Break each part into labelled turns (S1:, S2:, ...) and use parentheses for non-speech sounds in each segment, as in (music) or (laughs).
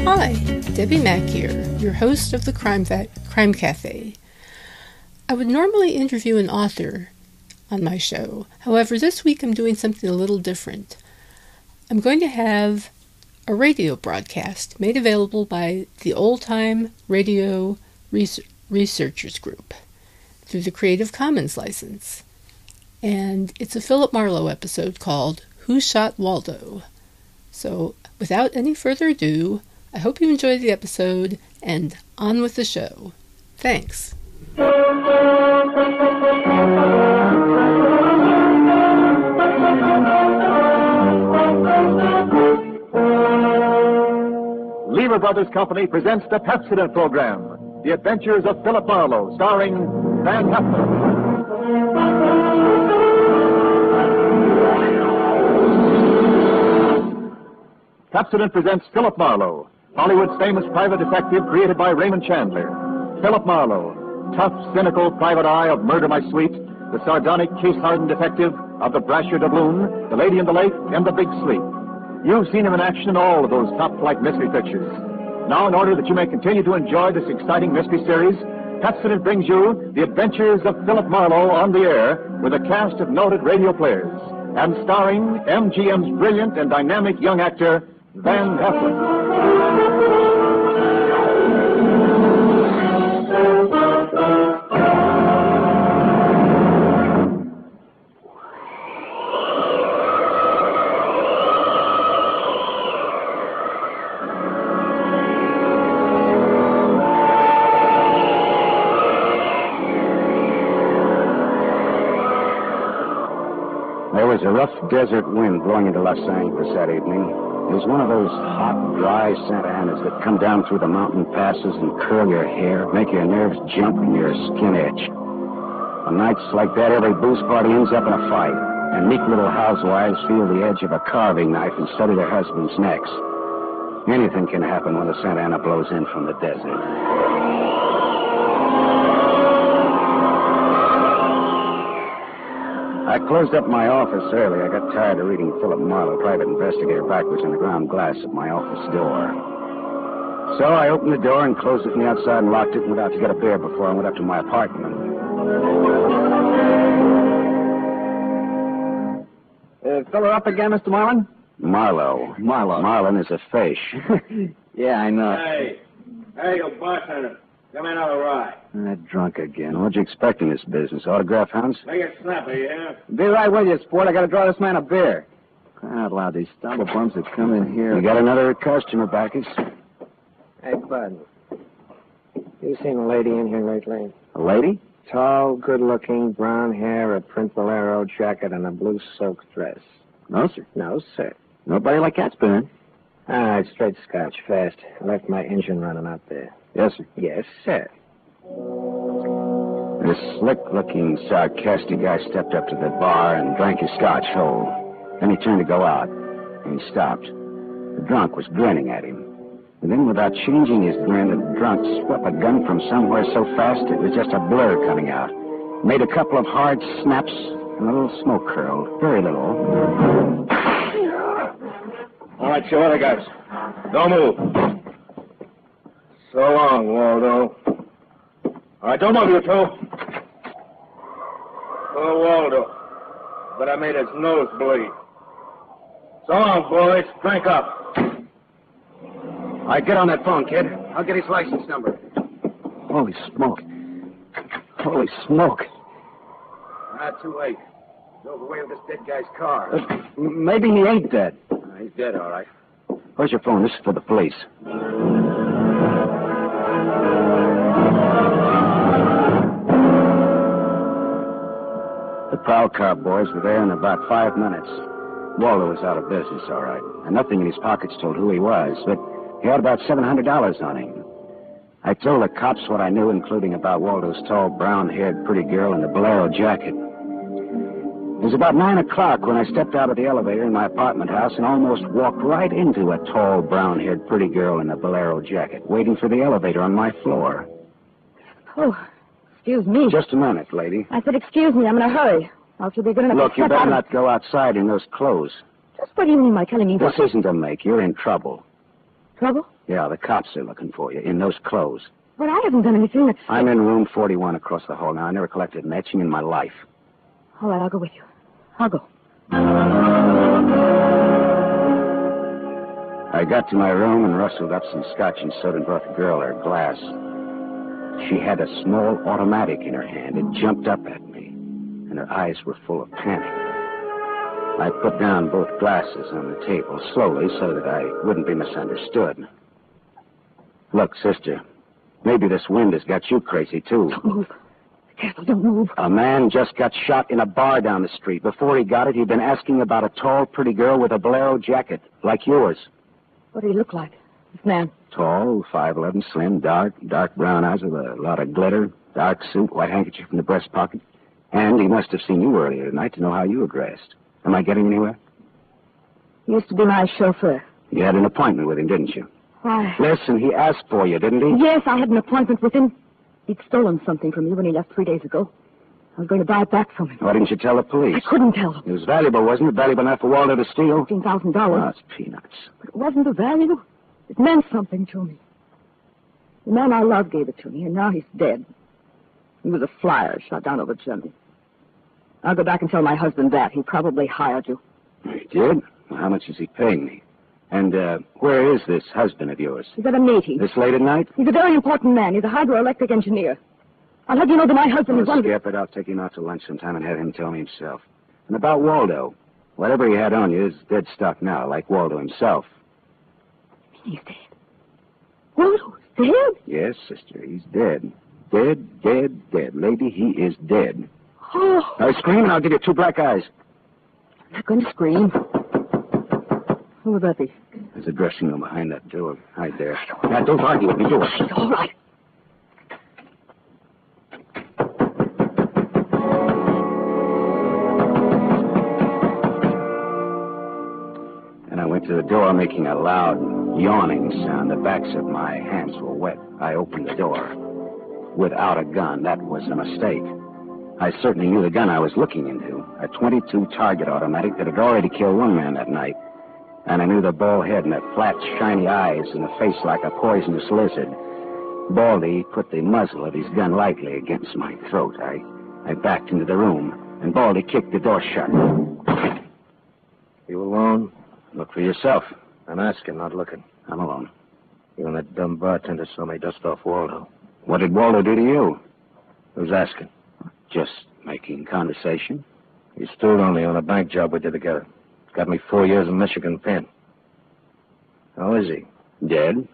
S1: Hi, Debbie Mack here, your host of the Crime, Fa- Crime Cafe. I would normally interview an author on my show. However, this week I'm doing something a little different. I'm going to have a radio broadcast made available by the Old Time Radio Res- Researchers Group through the Creative Commons license. And it's a Philip Marlowe episode called Who Shot Waldo? So, without any further ado, I hope you enjoy the episode and on with the show. Thanks.
S2: Lever Brothers Company presents the Pepsodent program, The Adventures of Philip Marlowe, starring Van Heflin. Pepsodent presents Philip Marlowe, Hollywood's famous private detective created by Raymond Chandler. Philip Marlowe, tough, cynical private eye of Murder My Sweet, the sardonic, case-hardened detective of The Brasher Doubloon, The Lady in the Lake, and The Big Sleep. You've seen him in action in all of those top-flight mystery pictures. Now, in order that you may continue to enjoy this exciting mystery series, Pepsodent brings you The Adventures of Philip Marlowe on the air with a cast of noted radio players and starring MGM's brilliant and dynamic young actor, Van Heflin.
S3: There was a rough desert wind blowing into Los Angeles that evening. It was one of those hot, dry Santa Anas that come down through the mountain passes and curl your hair, make your nerves jump and your skin itch. On nights like that, every booze party ends up in a fight, and meek little housewives feel the edge of a carving knife instead of their husbands' necks. Anything can happen when the Santa Ana blows in from the desert. I closed up my office early. I got tired of reading Philip Marlowe, private investigator, backwards on the ground glass of my office door. So I opened the door and closed it from the outside and locked it and went out to get a beer before I went up to my apartment.
S2: Uh, fill her up again, Mr. Marlin?
S3: Marlowe. Marlowe. Marlin is a fish.
S2: (laughs)
S3: yeah, I know.
S4: Hey, hey, you bartender. Come in on a ride.
S3: Uh, drunk again. What'd you expect in this business? Autograph hounds?
S4: Make it snappy, yeah?
S2: Be right with you, sport. I gotta draw this man a beer.
S3: Cry out loud. These stumble bums that come in here. You got another customer, Backus?
S5: Hey, Bud. You seen a lady in here lately?
S3: A lady?
S5: Tall, good looking, brown hair, a print bolero jacket, and a blue silk dress.
S3: No, sir.
S5: No, sir.
S3: Nobody like that's been in.
S5: All right, straight scotch, fast. I left my engine running out there.
S3: Yes, sir.
S5: Yes, sir.
S3: This slick looking, sarcastic guy stepped up to the bar and drank his scotch whole. Then he turned to go out, and he stopped. The drunk was grinning at him. And then, without changing his grin, the drunk swept a gun from somewhere so fast it was just a blur coming out. Made a couple of hard snaps, and a little smoke curled. Very little.
S4: All right, you other guys. Don't move. So long, Waldo. All right, don't move, you two. Poor Waldo. But I made his nose bleed. So long, boys. Drink up.
S3: All right, get on that phone, kid. I'll get his license number. Holy smoke. Holy smoke.
S4: Not too late. Drove away with this dead guy's car.
S3: Uh, m- maybe he ain't dead.
S4: He's dead, all right.
S3: Where's your phone? This is for the police. The prowl car boys were there in about five minutes. Waldo was out of business, all right, and nothing in his pockets told who he was, but he had about $700 on him. I told the cops what I knew, including about Waldo's tall, brown haired, pretty girl in the bolero jacket. It was about nine o'clock when I stepped out of the elevator in my apartment house and almost walked right into a tall, brown haired, pretty girl in a bolero jacket, waiting for the elevator on my floor.
S6: Oh, excuse me.
S3: Just a minute, lady.
S6: I said, excuse me, I'm in a hurry. Or if you'll be good enough
S3: Look,
S6: to
S3: you
S6: step
S3: better
S6: out
S3: not go outside in those clothes.
S6: Of... Just what do you mean by telling me
S3: This
S6: what?
S3: isn't a make. You're in trouble.
S6: Trouble?
S3: Yeah, the cops are looking for you in those clothes.
S6: But I haven't done anything that's.
S3: I'm in room 41 across the hall now. I never collected an etching in my life.
S6: All right, I'll go with you. I'll go.
S3: I got to my room and rustled up some scotch and soda and brought the girl her glass. She had a small automatic in her hand. It jumped up at me, and her eyes were full of panic. I put down both glasses on the table slowly so that I wouldn't be misunderstood. Look, sister, maybe this wind has got you crazy, too.
S6: Don't move. Careful, don't move.
S3: A man just got shot in a bar down the street. Before he got it, he'd been asking about a tall, pretty girl with a bolero jacket, like yours.
S6: What did he look like? This man.
S3: Tall, 5'11, slim, dark, dark brown eyes with a lot of glitter, dark suit, white handkerchief in the breast pocket. And he must have seen you earlier tonight to know how you were dressed. Am I getting anywhere?
S6: He used to be my chauffeur.
S3: You had an appointment with him, didn't you?
S6: Why?
S3: Listen, he asked for you, didn't he?
S6: Yes, I had an appointment with him. He'd stolen something from you when he left three days ago. I was going to buy it back from him.
S3: Why didn't you tell the
S6: I
S3: police?
S6: couldn't tell him.
S3: It was valuable, wasn't it? Valuable enough for Walter to steal?
S6: $15,000.
S3: Oh, it's peanuts.
S6: But it wasn't the value. It meant something to me. The man I loved gave it to me, and now he's dead. He was a flyer shot down over Germany. I'll go back and tell my husband that. He probably hired you.
S3: He did? Well, how much is he paying me? And uh, where is this husband of yours?
S6: He's at a meeting.
S3: This late at night?
S6: He's a very important man. He's a hydroelectric engineer. I'll let you know that my husband
S3: Oh,
S6: is one of the...
S3: skip it. I'll take him out to lunch sometime and have him tell me himself. And about Waldo. Whatever he had on you is dead stock now, like Waldo himself.
S6: He's dead. Waldo's dead?
S3: Yes, sister, he's dead. Dead, dead, dead. Lady, he is dead.
S6: Oh,
S3: Now scream and I'll give you two black eyes.
S6: I'm not going to scream. Who would that be?
S3: There's a dressing room behind that door. Hide there. Now, don't argue with me. Do it.
S6: It's all right.
S3: And I went to the door, making a loud, yawning sound. The backs of my hands were wet. I opened the door. Without a gun, that was a mistake. I certainly knew the gun I was looking into a 22 target automatic that had already killed one man that night. And I knew the bald head and the flat, shiny eyes and the face like a poisonous lizard. Baldy put the muzzle of his gun lightly against my throat. I, I backed into the room, and Baldy kicked the door shut.
S5: You alone?
S3: Look for yourself.
S5: I'm asking, not looking.
S3: I'm alone.
S5: You and that dumb bartender saw me dust off Waldo.
S3: What did Waldo do to you?
S5: Who's asking?
S3: Just making conversation.
S5: You stood on me on a bank job we did together. Got me four years in Michigan pen. How is he?
S3: Dead?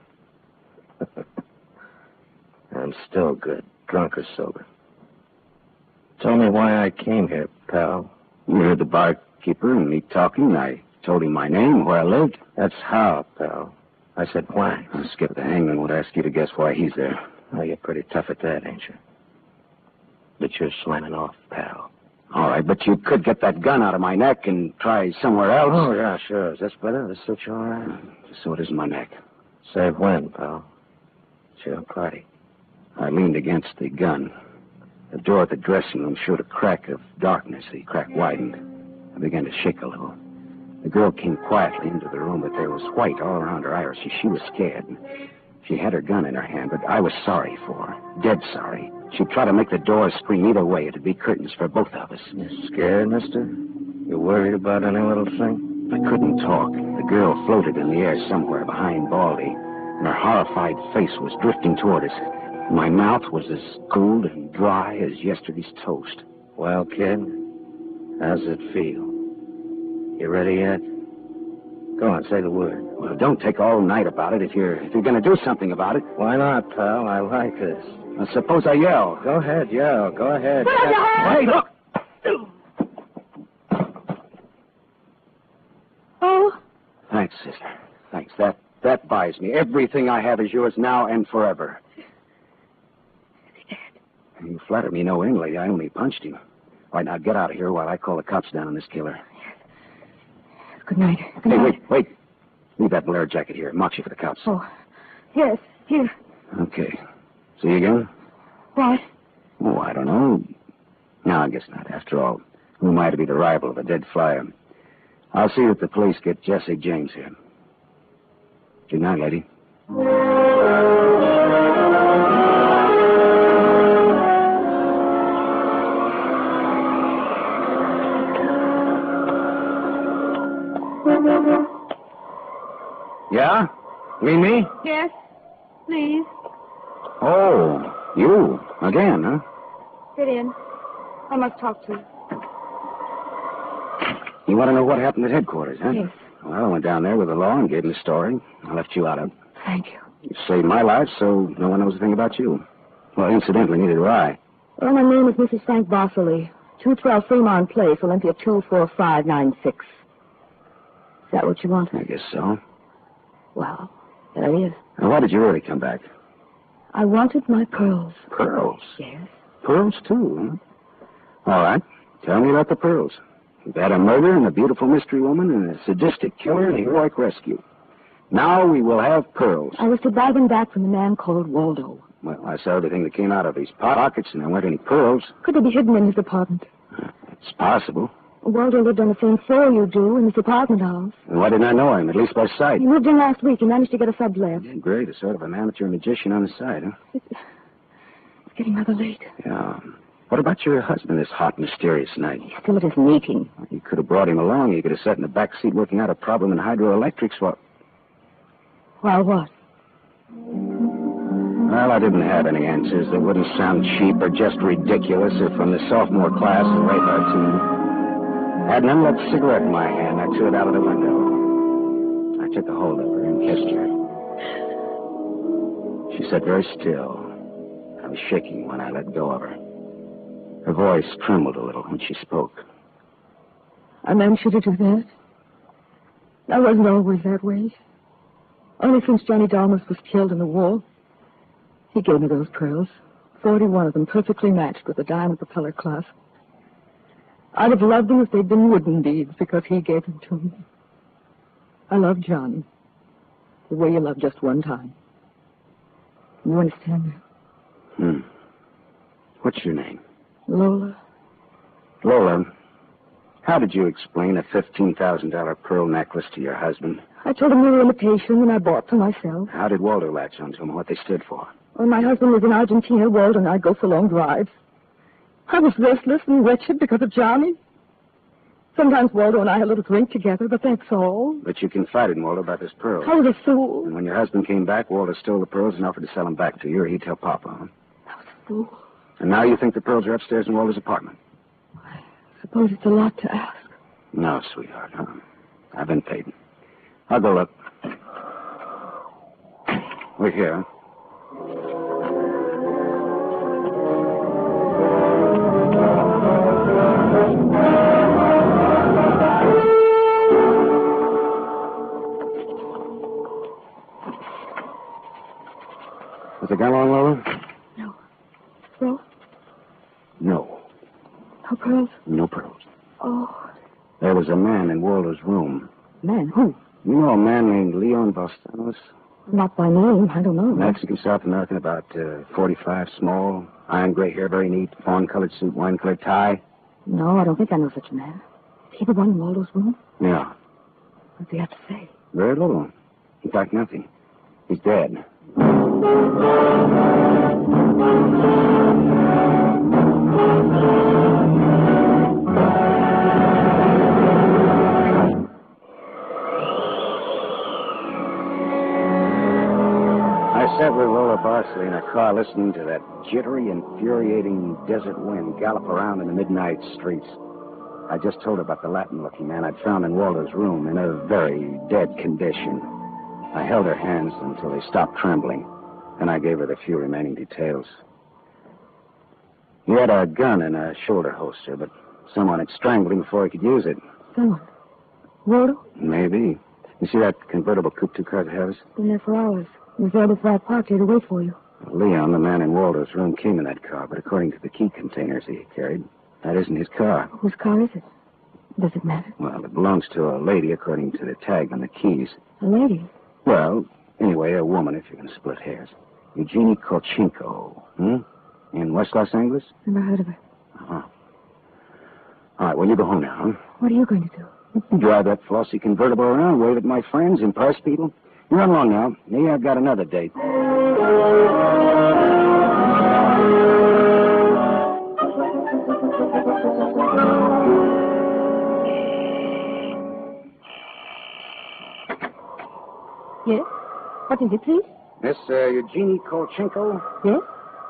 S3: (laughs)
S5: I'm still good, drunk or sober. Tell me why I came here, pal.
S3: We heard the barkeeper and me talking. I told him my name, where I lived.
S5: That's how, pal. I said, why?
S3: Uh, Skip the hangman would ask you to guess why he's there.
S5: Oh, you're pretty tough at that, ain't you? But you're slamming off, pal.
S3: All right, but you could get that gun out of my neck and try somewhere else.
S5: Oh, yeah, sure. Is this better? This suit you all right?
S3: So it is my neck.
S5: Save when, pal? It's your party.
S3: I leaned against the gun. The door of the dressing room showed a crack of darkness. The crack widened. I began to shake a little. The girl came quietly into the room, but there was white all around her iris. She- She was scared. She had her gun in her hand, but I was sorry for her. Dead sorry. She'd try to make the door scream either way. It'd be curtains for both of us.
S5: You scared, mister? You worried about any little thing?
S3: I couldn't talk. The girl floated in the air somewhere behind Baldy, and her horrified face was drifting toward us. My mouth was as cold and dry as yesterday's toast.
S5: Well, kid, how's it feel? You ready yet? Go on, say the word.
S3: Well, don't take all night about it if you're if you're going to do something about it.
S5: Why not, pal? I like this.
S3: Now, suppose I yell.
S5: Go ahead, yell. Go ahead.
S6: Put up your hand!
S3: Hey, look!
S6: Oh,
S3: Thanks, sister. Thanks. That that buys me. Everything I have is yours now and forever. You flatter me no end, lady. I only punched him. All right, now get out of here while I call the cops down on this killer.
S6: good night. Good
S3: Hey,
S6: night.
S3: wait, wait. Leave that bolero jacket here. Marks you for the cops.
S6: Oh, yes, here.
S3: Okay. See you again?
S6: What?
S3: Oh, I don't know. No, I guess not. After all, who am I to be the rival of a dead flyer? I'll see that the police get Jesse James here. Good night, lady. Yeah? Mean me?
S7: Yes, please.
S3: Oh, you. Again, huh?
S7: Sit in. I must talk to you.
S3: You want to know what happened at headquarters, huh? Yes. Well, I went down there with the law and gave him the story. I left you out of it.
S6: Thank you.
S3: You saved my life, so no one knows a thing about you. Well, incidentally, neither do I.
S6: Well, my name is Mrs. Frank Bossily. 212 Fremont Place, Olympia 24596. Is that what you wanted?
S3: I guess so.
S6: Well, there it is.
S3: Now, why did you really come back?
S6: I wanted my pearls.
S3: Pearls.
S6: Yes.
S3: Pearls, too, huh? All right. Tell me about the pearls. You've had a murder and a beautiful mystery woman and a sadistic killer and a heroic rescue. Now we will have pearls.
S6: I was to buy them back from the man called Waldo.
S3: Well, I saw everything that came out of his pockets, and there weren't any pearls.
S6: Could they be hidden in his apartment?
S3: It's possible.
S6: Waldo lived on the same floor you do in this apartment house.
S3: And why didn't I know him, at least by sight?
S6: He moved in last week. He managed to get a sublet.
S3: Yeah, great. A sort of an amateur magician on the side, huh?
S6: It's, it's getting rather late.
S3: Yeah. What about your husband this hot, mysterious night?
S6: He's still at his meeting.
S3: You could have brought him along. You could have sat in the back seat working out a problem in hydroelectrics while...
S6: While what?
S3: Well, I didn't have any answers that wouldn't sound cheap or just ridiculous if from the sophomore class in radar team. Had an unlit cigarette in my hand. I threw it out of the window. I took a hold of her and kissed her. She sat very still. I was shaking when I let go of her. Her voice trembled a little when she spoke.
S6: I meant you to do that. I wasn't always that way. Only since Johnny Dalmas was killed in the war. He gave me those pearls. Forty-one of them perfectly matched with the diamond propeller clasp. I'd have loved them if they'd been wooden beads because he gave them to me. I love Johnny. The way you love just one time. You understand that?
S3: Hmm. What's your name?
S6: Lola,
S3: Lola. How did you explain a $15,000 pearl necklace to your husband?
S6: I told him they were imitation and I bought for myself.
S3: How did Waldo latch onto them, what they stood for?
S6: When my husband was in Argentina, Waldo and I'd go for long drives. I was restless and wretched because of Johnny. Sometimes Waldo and I had a little drink together, but that's all.
S3: But you confided in Waldo about this pearl.
S6: I was a fool.
S3: And when your husband came back, Waldo stole the pearls and offered to sell them back to you, or he'd tell Papa. huh?
S6: I was a fool.
S3: And now you think the pearls are upstairs in Waldo's apartment?
S6: Suppose it's a lot to ask.
S3: No, sweetheart. Huh? I've been paid. I'll go look. We're here. Is the gun on, Lola?
S6: Well,
S3: No.
S6: how pearls?
S3: No pearls.
S6: Oh,
S3: There was a man in Waldo's room.
S6: man, who?
S3: You know a man named Leon Valstanos?
S6: Not by name. I don't know.
S3: Mexican, South American, about uh, 45, small, iron gray hair, very neat, fawn colored suit, wine colored tie.
S6: No, I don't think I know such a man. Is he the one in Waldo's room?
S3: Yeah,
S6: What do you have to say?
S3: very little. In fact, nothing. He's dead. I sat with Lola Barsley in a car listening to that jittery, infuriating desert wind gallop around in the midnight streets. I just told her about the Latin looking man I'd found in Walter's room in a very dead condition. I held her hands until they stopped trembling, and I gave her the few remaining details. He had a gun in a shoulder holster, but someone had strangled him before he could use it.
S6: Someone. Waldo?
S3: Maybe. You see that convertible coupe two car that has?
S6: Been there for hours. He was there before I parked here to wait for you.
S3: Leon, the man in Walter's room, came in that car, but according to the key containers he carried, that isn't his car.
S6: Whose car is it? Does it matter?
S3: Well, it belongs to a lady, according to the tag on the keys.
S6: A lady.
S3: Well, anyway, a woman, if you're going to split hairs. Eugenie Kolchenko, hmm? In West Los Angeles?
S6: Never heard of her.
S3: All right, well, you go home now,
S6: What are you going to do?
S3: huh? Drive that flossy convertible around, wave at my friends, impress people. Run along now. Maybe I've got another date.
S6: Yes? What is it, please?
S3: Miss uh, Eugenie Kolchenko,
S6: Yes?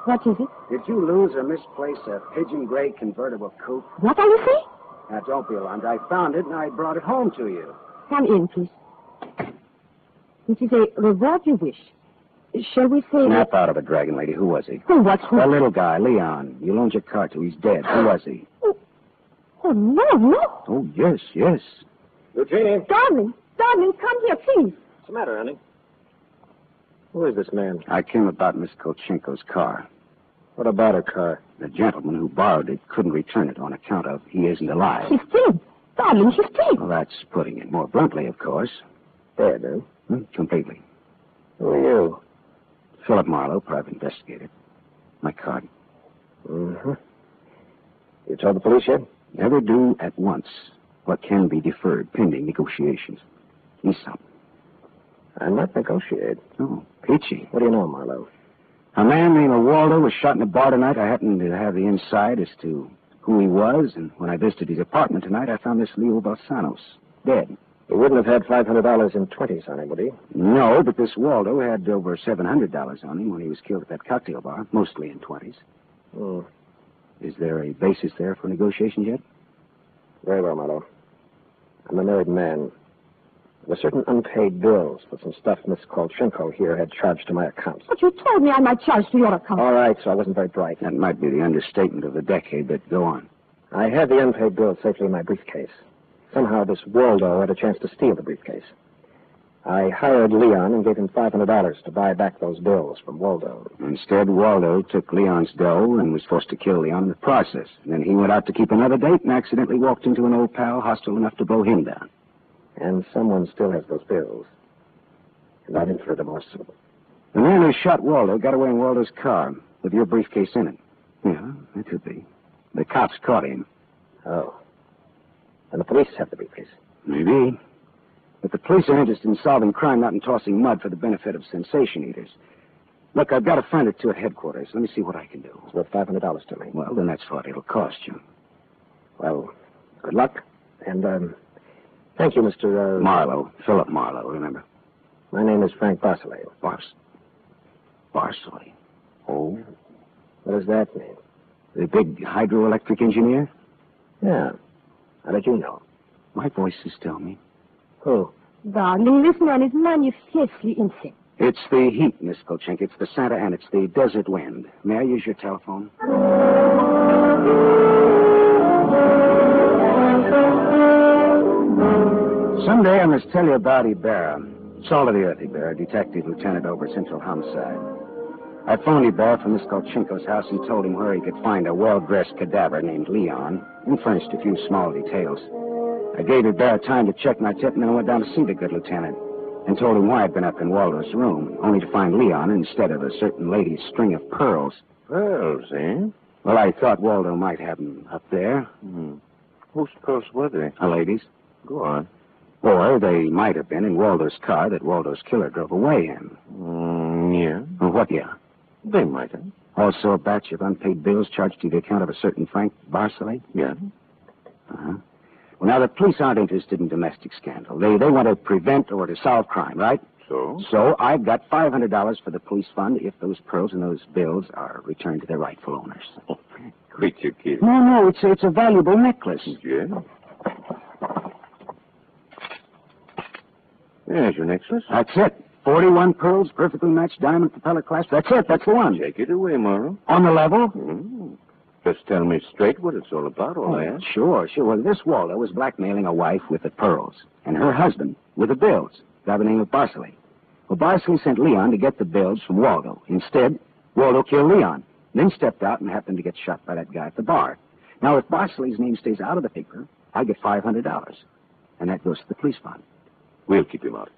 S6: What is it?
S3: did you lose or misplace a pigeon gray convertible coupe?
S6: What are you saying?
S3: Now, don't be alarmed. I found it and I brought it home to you.
S6: Come in, please. This is a reward you wish. Shall we say that...
S3: Snap out of it, Dragon Lady. Who was he?
S6: Oh, what's
S3: The little guy, Leon. You loaned your car to. He's dead. Who was he?
S6: Oh, no, no.
S3: Oh, yes, yes.
S4: Eugenie.
S6: Darling, darling, come here, please.
S4: What's the matter, honey? Who is this man?
S3: I came about Miss Kolchenko's car.
S4: What about her car?
S3: The gentleman who borrowed it couldn't return it on account of he isn't
S4: (laughs)
S3: alive.
S6: She's dead. Darling, she's dead.
S3: Well, that's putting it more bluntly, of course.
S4: Dead, huh?
S3: Hmm, Completely.
S4: Who are you?
S3: Philip Marlowe, private investigator. My card.
S4: Mm-hmm. You told the police yet?
S3: Never do at once what can be deferred pending negotiations. Aesop.
S4: I'm not negotiating.
S3: Oh, peachy.
S4: What do you know, Marlowe?
S3: A man named Waldo was shot in a bar tonight. I happened to have the inside as to who he was, and when I visited his apartment tonight, I found this Leo Balsanos dead.
S4: He wouldn't have had $500 in 20s on him, would he?
S3: No, but this Waldo had over $700 on him when he was killed at that cocktail bar, mostly in 20s.
S4: Mm.
S3: Is there a basis there for negotiations yet?
S4: Very well, Marlowe. I'm a married man. There were certain unpaid bills for some stuff Miss Kolchenko here had charged to my accounts.
S6: But you told me I might charge to your account.
S4: All right, so I wasn't very bright.
S3: That might be the understatement of the decade, but go on.
S4: I had the unpaid bills safely in my briefcase. Somehow this Waldo had a chance to steal the briefcase. I hired Leon and gave him $500 to buy back those bills from Waldo.
S3: Instead, Waldo took Leon's dough and was forced to kill Leon in the process. Then he went out to keep another date and accidentally walked into an old pal hostile enough to blow him down.
S4: And someone still has those bills. And I'm in for a divorce.
S3: The man who shot Waldo got away in Waldo's car with your briefcase in it. Yeah, that could be. The cops caught him.
S4: Oh. And the police have the briefcase.
S3: Maybe. But the police are interested in solving crime, not in tossing mud for the benefit of sensation eaters. Look, I've got a friend or two at headquarters. Let me see what I can do.
S4: It's worth $500 to me.
S3: Well, then that's what it'll cost you.
S4: Well, good luck. And, um, thank you, Mr. Uh,
S3: Marlowe. Philip Marlowe, remember?
S4: My name is Frank Barsolet.
S3: Bars. Barsley. Oh?
S4: What does that mean?
S3: The big hydroelectric engineer?
S4: Yeah. How did you know?
S3: My voices tell me.
S4: Who?
S7: Ah,
S6: Darling, this man is manifestly insane.
S3: It's the heat, Miss Kolchenko. It's the Santa and it's the desert wind. May I use your telephone? Someday I must tell you about Ibarra. Salt of the Earth Ibarra, Detective Lieutenant over Central Homicide. I phoned Ibarra from Miss Kolchenko's house and told him where he could find a well-dressed cadaver named Leon and furnished a few small details. I gave Ibarra time to check my tip and then I went down to see the good lieutenant and told him why I'd been up in Waldo's room, only to find Leon instead of a certain lady's string of pearls.
S5: Pearls, eh?
S3: Well, I thought Waldo might have 'em up there.
S5: Hmm. Whose pearls were they?
S3: A lady's.
S5: Go on.
S3: Or they might have been in Waldo's car that Waldo's killer drove away in.
S5: Mm, yeah.
S3: Well, what, yeah?
S5: They might have.
S3: Also, a batch of unpaid bills charged to the account of a certain Frank Barsley.
S5: Yeah.
S3: Uh-huh. Well, now, the police aren't interested in domestic scandal. They, they want to prevent or to solve crime, right?
S5: So?
S3: So I've got $500 for the police fund if those pearls and those bills are returned to their rightful owners.
S5: (laughs) Quit your kid.
S3: No, no, it's, it's a valuable necklace.
S5: Yeah. There's your necklace.
S3: That's it. 41 pearls, perfectly matched diamond propeller clasp. That's it. That's the one.
S5: Take it away, Morrow.
S3: On the level? Oh,
S5: Mm. Just tell me straight what it's all about, all I ask.
S3: Sure, sure. Well, this Waldo was blackmailing a wife with the pearls, and her husband with the bills, by the name of Barsley. Well, Barsley sent Leon to get the bills from Waldo. Instead, Waldo killed Leon, then stepped out and happened to get shot by that guy at the bar. Now, if Barsley's name stays out of the paper, I get $500, and that goes to the police fund.
S5: We'll keep him out.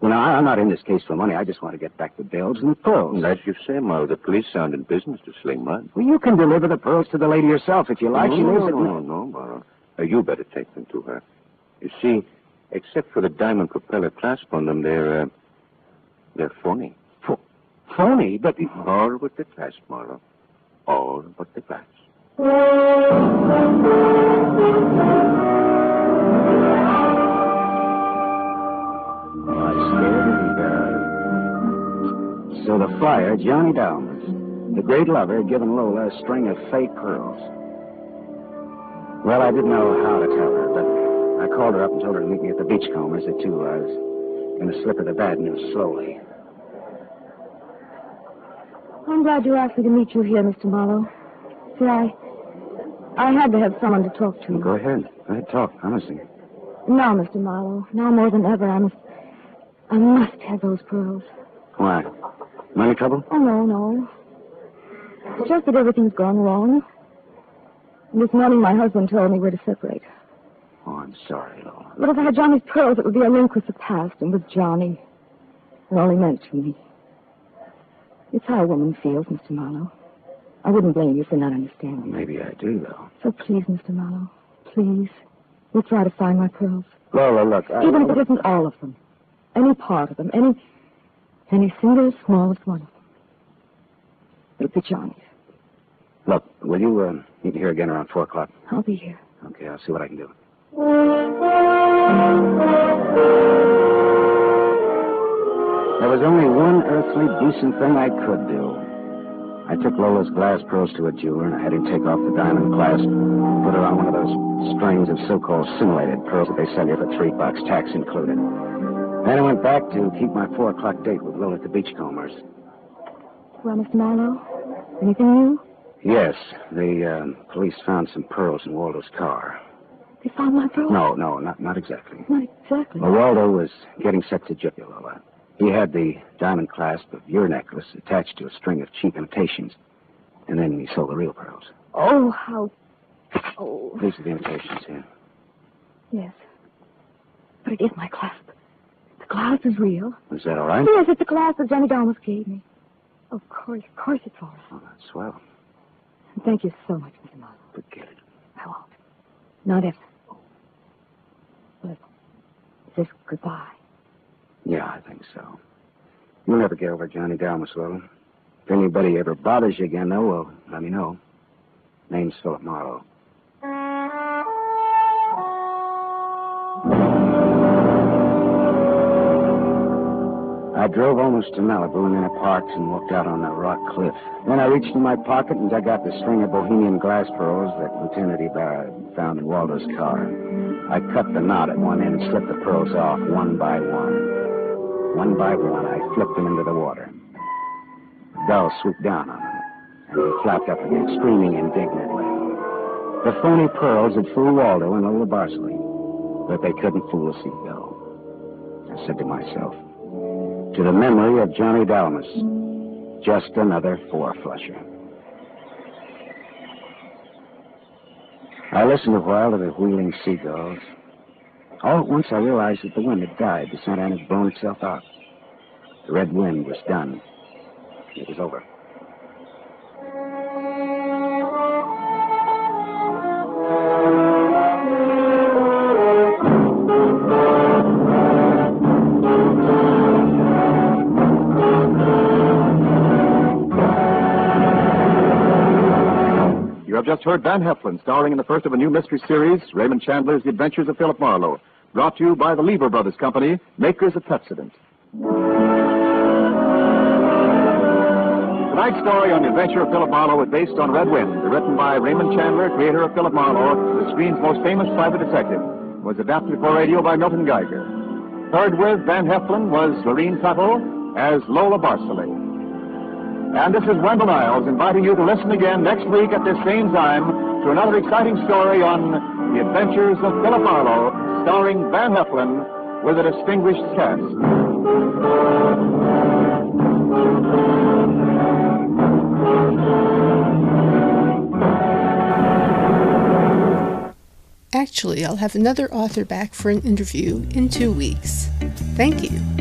S3: Well, now, I- I'm not in this case for money. I just want to get back the bills and the pearls.
S5: As you say, Morrow, the police aren't in business to sling mud.
S3: Well, you can deliver the pearls to the lady yourself if you like.
S5: no,
S3: she lives
S5: no,
S3: at-
S5: no, no, Morrow. Uh, you better take them to her. You see, except for the diamond propeller clasp on them, they're uh, They're phony.
S3: Phony, but
S5: All but the cash, Marlowe. All but the cash.
S3: I scared and buried. So the flyer, Johnny Downs, the great lover, had given Lola a string of fake pearls. Well, I didn't know how to tell her, but I called her up and told her to meet me at the Beachcombers at two. I was going to slip her the bad news slowly.
S6: I'm glad you asked me to meet you here, Mr. Marlowe. See, I. I had to have someone to talk to.
S3: Go ahead. Go ahead, talk, honestly.
S6: Now, Mr. Marlowe, now more than ever, I must. I must have those pearls.
S3: Why? Money trouble?
S6: Oh, no, no. It's just that everything's gone wrong. And This morning, my husband told me we're to separate.
S3: Oh, I'm sorry, Lola.
S6: But if I had Johnny's pearls, it would be a link with the past and with Johnny. And all he meant to me. It's how a woman feels, Mr. Marlowe. I wouldn't blame you for not understanding.
S3: Maybe I do, though.
S6: So please, Mr. Marlowe, please, we'll try to find my pearls.
S3: Lola, uh, look, I...
S6: Even if it isn't all of them. Any part of them. Any any single smallest one. It'll be Johnny's.
S3: Look, will you uh, meet me here again around 4 o'clock?
S6: I'll be here.
S3: Okay, I'll see what I can do. There was only one earthly decent thing I could do. I took Lola's glass pearls to a jeweler and I had him take off the diamond clasp and put her on one of those strings of so-called simulated pearls that they sell you for three bucks, tax included. Then I went back to keep my four o'clock date with Lola at the Beachcombers.
S6: Well, Mr. Marlowe, anything new?
S3: Yes, the um, police found some pearls in Waldo's car.
S6: They found my pearls?
S3: No, no, not, not exactly.
S6: Not exactly.
S3: Well, Waldo was getting set to jip you, Lola. He had the diamond clasp of your necklace attached to a string of cheap imitations, and then he sold the real pearls.
S6: Oh, how. Oh,
S3: These are the imitations here.
S6: yes. But it is my clasp. The clasp is real.
S3: Is that all right?
S6: Yes, it's the clasp that Johnny Dalmas gave me. Of course, of course it's all right.
S3: Oh, that's swell.
S6: And Thank you so much, Mr. Marlowe.
S3: Forget it.
S6: I won't. Not ever. Well, is this goodbye?
S3: Yeah, I think so. You'll never get over Johnny Dalmas, Lola. If anybody ever bothers you again, though, well, let me know. Name's Philip Marlowe. I drove almost to Malibu and then I parked and walked out on that rock cliff. Then I reached in my pocket and dug out the string of bohemian glass pearls that Lieutenant Ibarra had found in Waldo's car. I cut the knot at one end and slipped the pearls off one by one. One by one, I flipped them into the water. Gull swooped down on them and flapped up again, screaming indignantly. The phony pearls had fooled Waldo and Lola Barsley, but they couldn't fool a seagull. I said to myself, to the memory of Johnny Dalmas, just another four flusher. I listened a while to the wheeling seagulls. All at once, I realized that the wind had died. The Santa Ana had blown itself out. The red wind was done. It was over.
S2: You have just heard Van Heflin starring in the first of a new mystery series, Raymond Chandler's The Adventures of Philip Marlowe, brought to you by the Lever Brothers Company, makers of Pepsodent. Tonight's story on the adventure of Philip Marlowe is based on Red Wind, written by Raymond Chandler, creator of Philip Marlowe, the screen's most famous private detective. It was adapted for radio by Milton Geiger. Heard with Van Heflin was Lorene Tuttle as Lola Barsley. And this is Wendell Niles inviting you to listen again next week at this same time to another exciting story on The Adventures of Philip Marlowe, starring Van Heflin with a distinguished cast.
S1: Actually, I'll have another author back for an interview in two weeks. Thank you.